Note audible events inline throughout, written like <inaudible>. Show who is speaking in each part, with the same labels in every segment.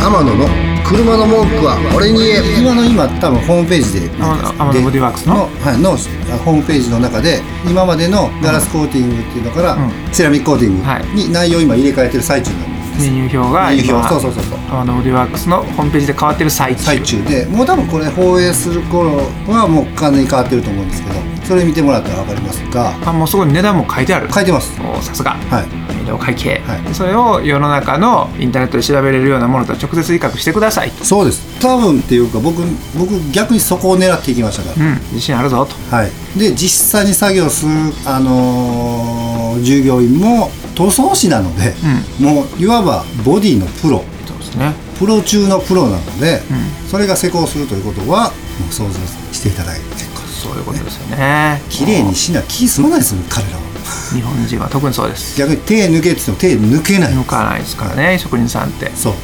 Speaker 1: 天野の車の文句は俺に言え今の今多分ホームページで
Speaker 2: あ
Speaker 1: なんか
Speaker 2: あの
Speaker 1: で
Speaker 2: ボディワークスの
Speaker 1: はい、のあホームページの中で今までのガラスコーティングっていうのから、
Speaker 2: う
Speaker 1: セラミックコーティ
Speaker 2: はい
Speaker 1: ングに内容を今入れ替えてる最中なんです、
Speaker 2: メニュー表が
Speaker 1: メニュー
Speaker 2: 今
Speaker 1: 表そうそうそうそう
Speaker 2: あのボディワークスのホームページで変わってる最中
Speaker 1: 最中でもう多分これ放映する頃はもう完全に変わってると思うんですけどそれ見てもらったら分かりますが
Speaker 2: あもうすごい値段も書いてある
Speaker 1: 書いてます
Speaker 2: もうさすが
Speaker 1: はい
Speaker 2: メデオ会計、
Speaker 1: はい
Speaker 2: それを世の中のインターネットで調べれるようなものと直接比較してくださいと、
Speaker 1: そうです多分っていうか僕僕逆にそこを狙っていきましたから
Speaker 2: うん、自信あるぞと
Speaker 1: はい、で実際に作業する、あのー従業員も塗装師なので、もういわばボディのプロ
Speaker 2: そうですね
Speaker 1: プロ中のプロなので、それが施工するということはもう想像していただいて結構
Speaker 2: そういうことですよね
Speaker 1: 綺麗にしな気済まないですよ彼らは
Speaker 2: 日本人は特にそうです
Speaker 1: 逆に手抜けって言っても手抜けない
Speaker 2: 抜かないですからね職人さんって
Speaker 1: そう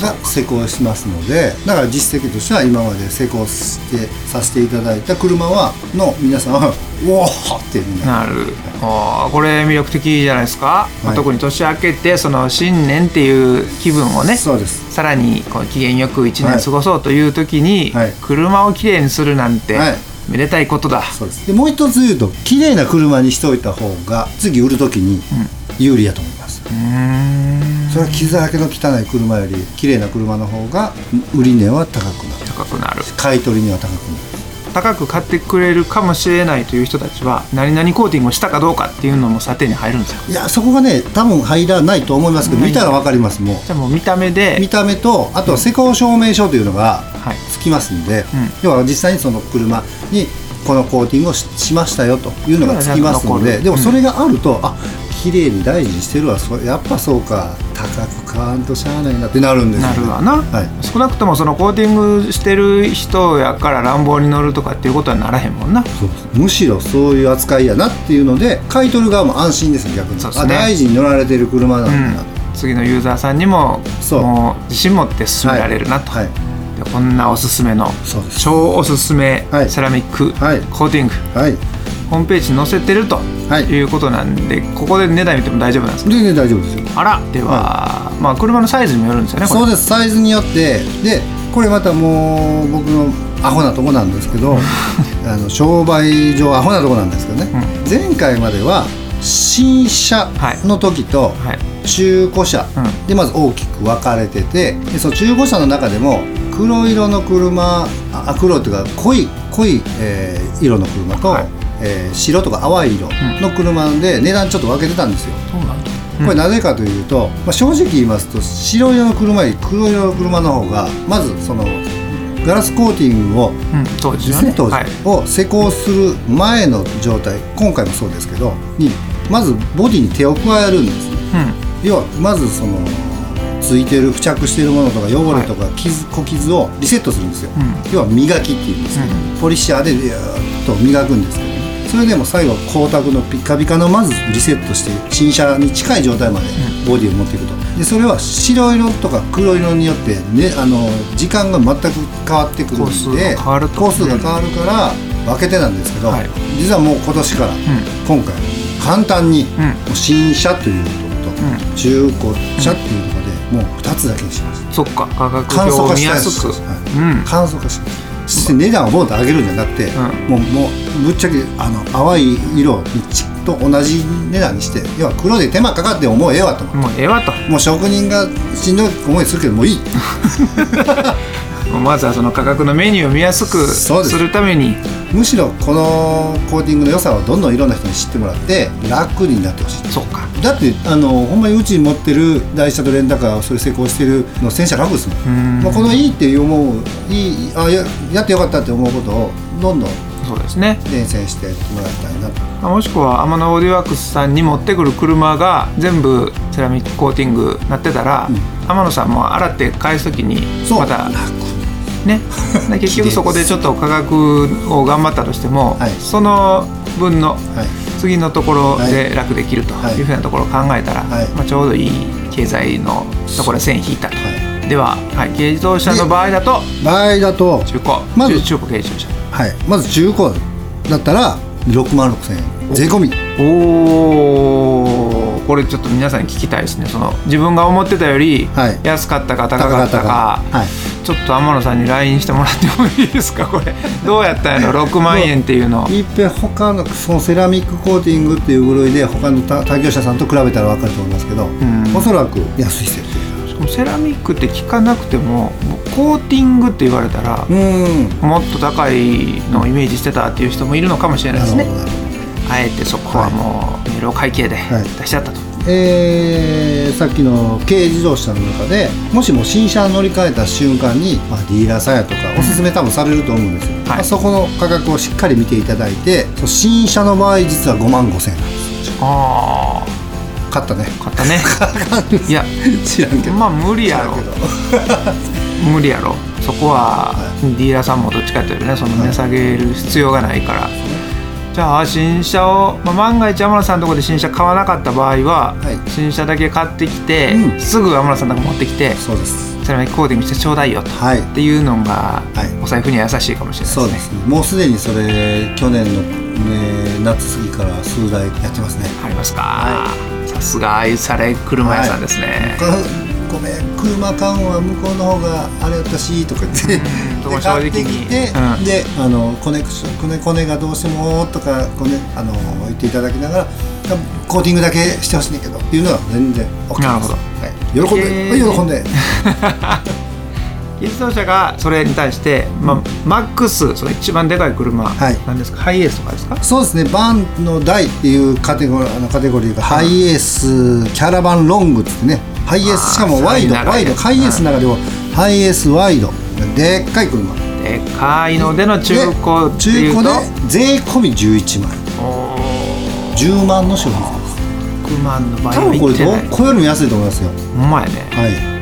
Speaker 1: が施工しますのでだから実績としては今まで施工してさせていただいた車はの皆さんは「おお!」ってみんな
Speaker 2: なるあーこれ魅力的じゃないですか、まあ
Speaker 1: はい
Speaker 2: 特に年明けてその新年っていう気分をね
Speaker 1: そうです
Speaker 2: さらにこう機嫌よく1
Speaker 1: はい
Speaker 2: 年過ごそうという時に、
Speaker 1: はい
Speaker 2: 車をきれいにするなんて、
Speaker 1: はい
Speaker 2: めでたいことだ
Speaker 1: そうですでもう一つ言うと綺麗な車にしておいた方が次売る時に有利やと思います、
Speaker 2: うーん
Speaker 1: それは傷だらけの汚い車より綺麗な車の方が売り値は高くなる
Speaker 2: 高くなる
Speaker 1: 買い取り値は高くなる
Speaker 2: 高く買ってくれるかもしれないという人たちは何々コーティングをしたかどうかっていうのも査定に入るんですよ
Speaker 1: いやそこがね多分入らないと思いますけど見たら分かりますもう
Speaker 2: じゃあもう見た目で
Speaker 1: 見た目とあとは施工証明書というのが
Speaker 2: はい
Speaker 1: つきますんで、
Speaker 2: ん
Speaker 1: 要は実際にその車にこのコーティングをししましたよというのがつきますの
Speaker 2: それ
Speaker 1: で
Speaker 2: が残る
Speaker 1: でもそれがあると、あ綺麗に大事にしてるわそやっぱそうか高く買わんとしゃあないなってなるんですよ
Speaker 2: な
Speaker 1: ね
Speaker 2: るわな、
Speaker 1: はい
Speaker 2: 少なくともそのコーティングしてる人やから乱暴に乗るとかっていうことはならへんもんな
Speaker 1: そうですむしろそういう扱いやなっていうので買い取る側も安心ですね逆に
Speaker 2: そうですね
Speaker 1: あ大事に乗られてる車なん
Speaker 2: う
Speaker 1: だな、
Speaker 2: ん次のユーザーさんにも
Speaker 1: そう
Speaker 2: もう自信持って進められるなと、
Speaker 1: はい
Speaker 2: でこんなおすすめの
Speaker 1: そうです
Speaker 2: 超おすすめ
Speaker 1: はい
Speaker 2: セラミック
Speaker 1: はい
Speaker 2: コーティング、
Speaker 1: はい
Speaker 2: ホームページに載せてると
Speaker 1: はい
Speaker 2: いうことなんで、ここで値段見ても大丈夫なんですか
Speaker 1: 全然大丈夫ですよ
Speaker 2: あらでは、まあ車のサイズにもよるんですよねこれ
Speaker 1: そうですサイズによってでこれまたもう僕のアホなとこなんですけ
Speaker 2: <laughs>
Speaker 1: どあの商売上アホなとこなんですけどね、前回までは新車の時と
Speaker 2: はい
Speaker 1: 中古車
Speaker 2: うん
Speaker 1: でまず大きく分かれててでその中古車の中でも黒色の車ああ黒というか濃い濃い、えー色の車と、
Speaker 2: はい
Speaker 1: えー白とか淡い色の車で値段ちょっと分けてたんですよ。
Speaker 2: そうなんだ
Speaker 1: これなぜかというと、まあ、正直言いますと白色の車より黒色の車の方がまずそのガラスコーティングを
Speaker 2: うん当時
Speaker 1: で
Speaker 2: は
Speaker 1: すね
Speaker 2: ね
Speaker 1: 当時
Speaker 2: はい、
Speaker 1: を施工する前の状態今回もそうですけどにまずボディに手を加えるんですね
Speaker 2: う
Speaker 1: 要はまずそのついてる付着してるものとか汚れとか傷、小傷をリセットするんですよ、
Speaker 2: う
Speaker 1: 要は磨きっていうんですけど、ポリッシャーでビューっと磨くんですけどねそれでも最後光沢のピッカピカのまずリセットして新車に近い状態までボディを持っていくとでそれは白色とか黒色によって、ね、あの時間が全く変わってくるんで
Speaker 2: 工数が変わると
Speaker 1: 工数が変わるから分けてなんですけど、
Speaker 2: はい
Speaker 1: 実はもう今年から、今回簡単に、
Speaker 2: ん
Speaker 1: もう新車というとこと、中古車っていうところでもう2つだけにしました
Speaker 2: んそっか価格
Speaker 1: 簡素
Speaker 2: 表を
Speaker 1: 化
Speaker 2: 見
Speaker 1: した
Speaker 2: や
Speaker 1: いですす、
Speaker 2: く
Speaker 1: はい簡素化しますそして値段をボンと上げるんじゃなくて、もうもうぶっちゃけあの淡い色にちっと同じ値段にして要は黒で手間かかってももうええわと思
Speaker 2: うんもうええわと
Speaker 1: うもう職人がしんどい思いするけどもういい
Speaker 2: もうまずはその価格のメニューを見やすくす
Speaker 1: そうです
Speaker 2: るために
Speaker 1: むしろこのコーティングの良さをどんどんいろんな人に知ってもらって楽になってほしい
Speaker 2: そうか
Speaker 1: だってあのほんまにうちに持ってる台車とレンタカーをそれ成功してるの戦車楽ですもん、まあ、このいいって思ういいあややってよかったって思うことをどんどん
Speaker 2: そうですね
Speaker 1: 伝染してもらいたいなと
Speaker 2: まあもしくは天野オーディワークスさんに持ってくる車が全部セラミックコーティングなってたら、天野さんも洗って返す時に
Speaker 1: そう
Speaker 2: また
Speaker 1: 楽 <laughs>
Speaker 2: ねで結局そこでちょっと価格を頑張ったとしても、
Speaker 1: はい
Speaker 2: その分の
Speaker 1: はい
Speaker 2: 次のところで楽できると
Speaker 1: はい
Speaker 2: いうふうなところを考えたら、
Speaker 1: はい
Speaker 2: まあ、ちょうどいい経済のところで線引いたと、
Speaker 1: は
Speaker 2: では、はい、軽自動車の場合だと
Speaker 1: 場合だと、
Speaker 2: 中古、
Speaker 1: まず
Speaker 2: 中中古軽自動車
Speaker 1: はい、まず中古だったら6万6千円税込み
Speaker 2: おおこれちょっと皆さんに聞きたいですねその自分が思ってたより
Speaker 1: はい
Speaker 2: 安かったか高かったか、
Speaker 1: 高かったかはい
Speaker 2: ちょっと天野さんに LINE してもらってもいいですかこれどうやったんやろ6
Speaker 1: <laughs>
Speaker 2: 万円っていうの
Speaker 1: いっぺん他のそのセラミックコーティングっていう類いで他の他他業者さんと比べたら分かると思いますけど、
Speaker 2: ん
Speaker 1: おそらく安い設定
Speaker 2: しかもセラミックって聞かなくてもコーティングって言われたら
Speaker 1: うん
Speaker 2: もっと高いのをイメージしてたっていう人もいるのかもしれないです
Speaker 1: な
Speaker 2: ね
Speaker 1: るほど
Speaker 2: あえてそこはもうメールを会計で
Speaker 1: はい
Speaker 2: 出しちゃったと、
Speaker 1: えーさっきの軽自動車の中でもしも新車に乗り換えた瞬間に、まあ、ディーラーさんやとかおすすめ多分されると思うんですよ、まあそこの価格をしっかり見ていただいてそう新車の場合実は5万5千円なんですよ
Speaker 2: あ
Speaker 1: 買ったね
Speaker 2: あ買ったねいや
Speaker 1: <laughs> 知らんけど
Speaker 2: まあ無理やろ
Speaker 1: 知らんけど
Speaker 2: 無理やろそこはディーラーさんもどっちかというとねその値下げる必要がないから、じゃあ新車を、まあ、万が一天野さんのところで新車買わなかった場合は、
Speaker 1: はい
Speaker 2: 新車だけ買ってきて、
Speaker 1: うん
Speaker 2: すぐ天野さんのとこ持ってきて
Speaker 1: そうです
Speaker 2: セラミックコーティングしてちょうだいよと、
Speaker 1: はい
Speaker 2: っていうのが、
Speaker 1: はい
Speaker 2: お財布には優しいかもしれないです
Speaker 1: そ
Speaker 2: ね
Speaker 1: うですねもうすでにそれ去年の、ね、夏過ぎから数台やってますね
Speaker 2: ありますか、さすが愛され車屋さんですね、
Speaker 1: こごめん車買うのは向こうの方があれやったしとか言ってで
Speaker 2: うんでも正直
Speaker 1: 買
Speaker 2: に
Speaker 1: ってきて、
Speaker 2: うん
Speaker 1: であのコネクションコネコネがどうしてもとかコネあの言っていただきながらコーティングだけしてほしいねんだけどっていうのは全然 OK です
Speaker 2: なるほど
Speaker 1: はい、喜ん
Speaker 2: え
Speaker 1: で、
Speaker 2: ー
Speaker 1: はい喜んで
Speaker 2: 軽自動車がそれに対して、まあ、マックスその一番でかい車
Speaker 1: はい
Speaker 2: なんですか、ハイエースとかですか
Speaker 1: そうですねバンの台っていうカテゴリーあのカテゴリーがハイエースキャラバンロングっつってねハイエースしかもワイド
Speaker 2: あー
Speaker 1: ワイド
Speaker 2: 長
Speaker 1: ハ
Speaker 2: い
Speaker 1: イエ
Speaker 2: や
Speaker 1: ー
Speaker 2: つ
Speaker 1: スの中でもハイエースワイドでっかい車
Speaker 2: でかいのでの中古ってい
Speaker 1: 中
Speaker 2: うと
Speaker 1: 古で税込み11万
Speaker 2: おー
Speaker 1: 10万の商品です
Speaker 2: 6万の場合
Speaker 1: 多
Speaker 2: は
Speaker 1: 分これ
Speaker 2: いって
Speaker 1: ど
Speaker 2: ない
Speaker 1: これよりも安いと思いますよ
Speaker 2: ほんまやね
Speaker 1: はい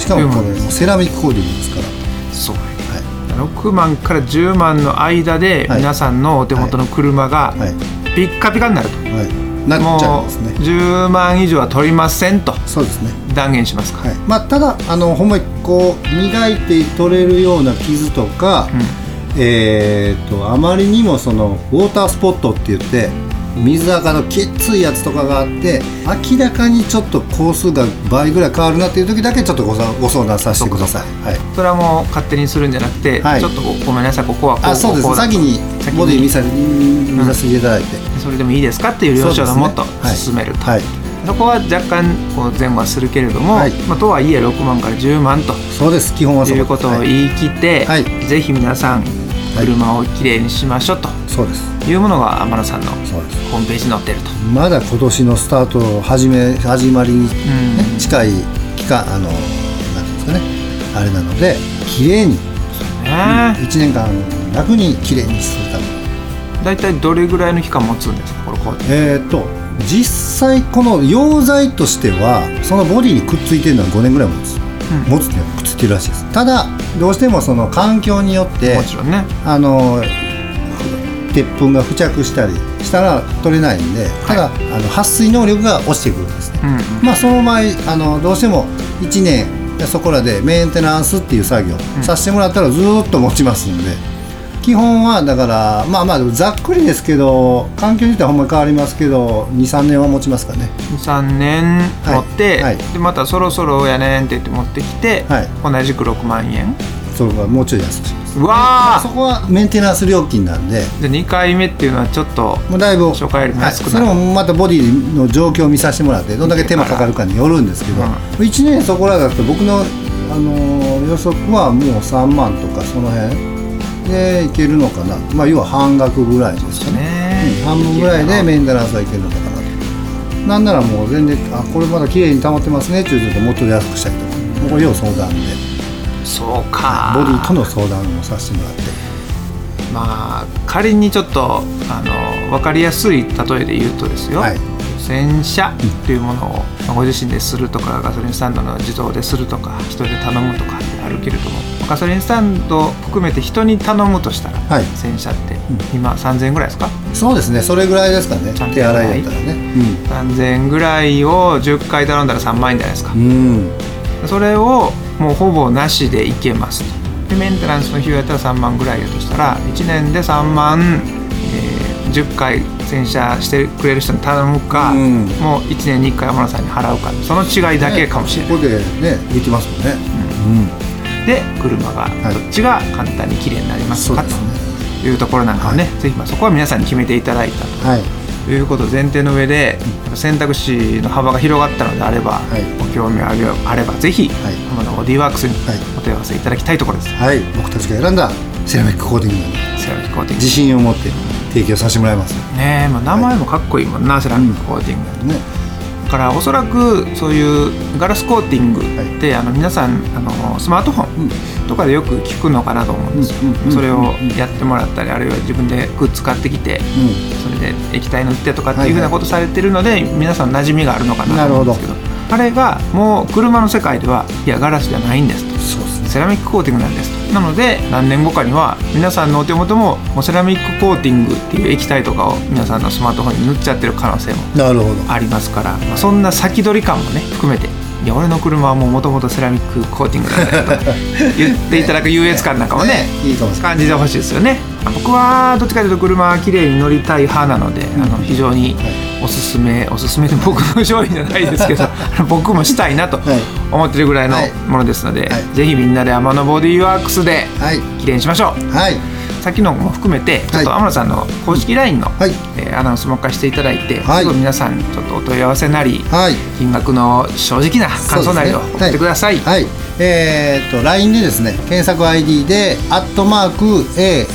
Speaker 1: しかもこれセラミックコーディングですから
Speaker 2: そう
Speaker 1: はい
Speaker 2: 6万から10万の間で
Speaker 1: はい
Speaker 2: 皆さんのお手元の車が
Speaker 1: はい
Speaker 2: ピッカピカになると、
Speaker 1: はいなっちゃい
Speaker 2: もう
Speaker 1: ますね
Speaker 2: 10万以上は取りませんと
Speaker 1: そうですね
Speaker 2: 断言しますか、
Speaker 1: はいまあただあのほんまにこう磨いて取れるような傷とか、えー、とあまりにもそのウォータースポットって言って水垢のきっついやつとかがあって明らかにちょっと工数が倍ぐらい変わるなっていう時だけちょっとごさご相談させてください、はい、
Speaker 2: それはもう勝手にするんじゃなくて、
Speaker 1: はい
Speaker 2: ちょっとごごめんなさいここはこう
Speaker 1: あそうで
Speaker 2: こ
Speaker 1: す
Speaker 2: うだと
Speaker 1: 先に
Speaker 2: 先に
Speaker 1: ボディ見さ見させていただいて、
Speaker 2: それでもいいですかっていう了承がもっと進めるとそ,、
Speaker 1: はい、
Speaker 2: こは若干こう前後はするけれども、
Speaker 1: はい
Speaker 2: まあ、とはいえ6万から10万と
Speaker 1: そうです基本はそう
Speaker 2: いうことを
Speaker 1: はい
Speaker 2: 言い切って、
Speaker 1: はい
Speaker 2: ぜひ皆さん
Speaker 1: はい
Speaker 2: 車をきれいにしましょうと
Speaker 1: そうです
Speaker 2: いうものが天野さんの
Speaker 1: そうです
Speaker 2: ホームページに載ってると。
Speaker 1: まだ今年のスタートを始め始まりに、ね
Speaker 2: うん
Speaker 1: 近い期間あのなんていうんですかねあれなので綺麗に
Speaker 2: ね
Speaker 1: 1年間楽に綺麗にするために
Speaker 2: だいたいどれぐらいの期間持つんですかこれこう
Speaker 1: えっ、と実際この溶剤としてはそのボディにくっついてるのは5年ぐらい持つ、
Speaker 2: うん
Speaker 1: 持つっていうのはくっついてるらしいですただどうしてもその環境によって
Speaker 2: もちろんね
Speaker 1: あの鉄粉が付着したりしたら取れないんで、ただあの撥水能力が落ちてくるんですね、
Speaker 2: うんうん
Speaker 1: まあその場合あのどうしても1年そこらでメンテナンスっていう作業させてもらったらずーっと持ちますんで、基本はだからまあまあざっくりですけど環境によってはほんまに変わりますけど23年は持ちますかね
Speaker 2: 23年持って、
Speaker 1: はいはい
Speaker 2: でまたそろそろやねんって言って持ってきて、
Speaker 1: はい
Speaker 2: 同じく6万円
Speaker 1: それはもうちょい安くします
Speaker 2: うわあ
Speaker 1: そこはメンテナンス料金なんで
Speaker 2: で2回目っていうのはちょっと
Speaker 1: もうだいぶ
Speaker 2: 初回よりも安くなる
Speaker 1: はいそれもまたボディの状況を見させてもらってどんだけ手間かかるかによるんですけど、
Speaker 2: うん
Speaker 1: 1年そこらだと僕の、あのー予測はもう3万とかその辺でいけるのかな、まあ、要は半額ぐらいですかね
Speaker 2: ね
Speaker 1: うん半分ぐらいでメンテナンスはいけるのかなとなんならもう全然あこれまだ綺麗に保ってますねっていうともっと安くしたりとかもう要相談で
Speaker 2: そうか
Speaker 1: ボディとの相談をさせてもらって
Speaker 2: まあ仮にちょっとあの分かりやすい例えで言うとですよ、
Speaker 1: はい
Speaker 2: 洗車っていうものをまあご自身でするとかガソリンスタンドの自動でするとか人で頼むとかあるけれどもガソリンスタンド含めて人に頼むとしたら、
Speaker 1: はい
Speaker 2: 洗車って今3000円ぐらいですか
Speaker 1: そうですねそれぐらいですかね
Speaker 2: ちゃんと
Speaker 1: 手洗いだったらね
Speaker 2: 3000円ぐらいを10回頼んだら3万円じゃないですか
Speaker 1: う、ん、うん
Speaker 2: それをもうほぼなしでいけますとでメンテナンスの費用やったら3万ぐらいやとしたら1年で3万、えー10回洗車してくれる人に頼むか、
Speaker 1: うん
Speaker 2: もう1年に1回山田さんに払うかその違いだけかもしれな
Speaker 1: こ
Speaker 2: い、
Speaker 1: こでねできますもんね、うん
Speaker 2: で車が
Speaker 1: い
Speaker 2: どっちが簡単に綺麗になりますか、
Speaker 1: そうです
Speaker 2: というところなんかをね、ぜひまあそこは皆さんに決めていただいた
Speaker 1: はい
Speaker 2: ということを前提の上でやっぱ選択肢の幅が広がったのであれば、
Speaker 1: い
Speaker 2: ご興味あるよあればぜひ、
Speaker 1: はい
Speaker 2: 浜野ボディーワークスに
Speaker 1: はい
Speaker 2: お問い合わせいただきたいところです、
Speaker 1: はい僕たちが選んだセラミックコーティングの
Speaker 2: セラミックコーティング
Speaker 1: 自信を持って提供させてもらいます
Speaker 2: ねえ、まあ、名前もかっこいいもんな、セラミックコーティング、
Speaker 1: ね
Speaker 2: だからおそらくそういうガラスコーティングって、あの皆さんあのスマートフォンとかでよく聞くのかなと思うんですよ、
Speaker 1: うんうんうんうん
Speaker 2: それをやってもらったりあるいは自分でグッズ買ってきて、
Speaker 1: う
Speaker 2: それで液体塗ってとかって
Speaker 1: はいいう
Speaker 2: ふ
Speaker 1: はいう
Speaker 2: なことされてるので、皆さん馴染みがあるのかなと思うんですけどあれがもう車の世界ではいやガラスじゃないんですと
Speaker 1: んそうですね
Speaker 2: セラミックコーティングなんですとなので何年後かには皆さんのお手元ももうセラミックコーティングっていう液体とかを皆さんのスマートフォンに塗っちゃってる可能性も
Speaker 1: なるほど
Speaker 2: ありますから、まあ、そんな先取り感もね含めて「いや俺の車はもうもともとセラミックコーティングなんだよ」とか言っていただ <laughs> く優越感なんか
Speaker 1: <laughs>
Speaker 2: もね
Speaker 1: いいかもしれない
Speaker 2: 感じてほしいですよね僕はどっちかというと車は綺麗に乗りたい派なので、あの非常におすすめおすすめで僕の商品じゃないです
Speaker 1: <laughs>
Speaker 2: けどあの僕もしたいなと
Speaker 1: はい
Speaker 2: 思ってるぐらいの
Speaker 1: はい
Speaker 2: ものですので、
Speaker 1: はい
Speaker 2: ぜひみんなで天野ボディーワークスで
Speaker 1: はい
Speaker 2: 綺麗にしましょう
Speaker 1: はい
Speaker 2: さっきのも含めてちょっと天野さんの公式 LINE の、
Speaker 1: はい
Speaker 2: えーアナウンスもう一回していただいて、
Speaker 1: はい
Speaker 2: すぐ皆さんちょっとお問い合わせなり、
Speaker 1: はい
Speaker 2: 金額の正直な感想なりを
Speaker 1: そうですね
Speaker 2: 送ってください、
Speaker 1: はい、えー、と LINE でですね検索 ID で「アットマーク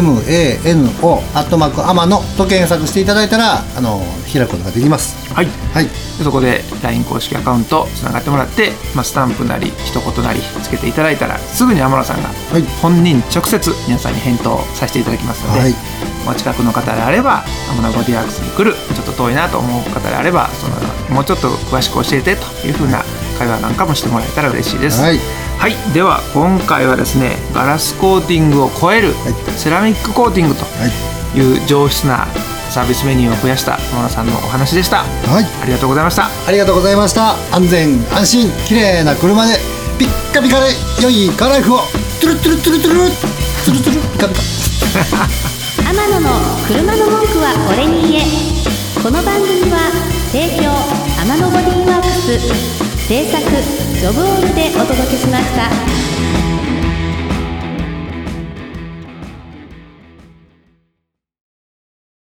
Speaker 1: #AMANO」「アットマークアマノ」と検索していただいたらあの開くことができます
Speaker 2: はい
Speaker 1: はい
Speaker 2: でそこで LINE 公式アカウントつながってもらって、まあ、スタンプなり一言なりつけていただいたらすぐに天野さんが
Speaker 1: い
Speaker 2: 本人直接皆さんに返答させていただきますので、
Speaker 1: はい
Speaker 2: お近くの方であれば天野ボディアークスに来るちょっと遠いなと思う方であればそのもうちょっと詳しく教えてというふうな会話なんかもしてもらえたら嬉しいです、
Speaker 1: はい
Speaker 2: はい、では今回はですねガラスコーティングを超える
Speaker 1: い
Speaker 2: セラミックコーティングと
Speaker 1: はい
Speaker 2: いう上質なサービスメニューを増やした天野さんのお話でし
Speaker 1: は
Speaker 2: た
Speaker 1: い
Speaker 2: ありがとうございました
Speaker 1: ありがとうございました安全安心綺麗な車でピッカピカで良いカーライフをトゥルトゥルトゥルトゥルトゥルトゥルピカピカ
Speaker 3: 天野の車の文句は俺に言えこの番組は提供天野ボディーワークス制作ロブオールでお届けしました。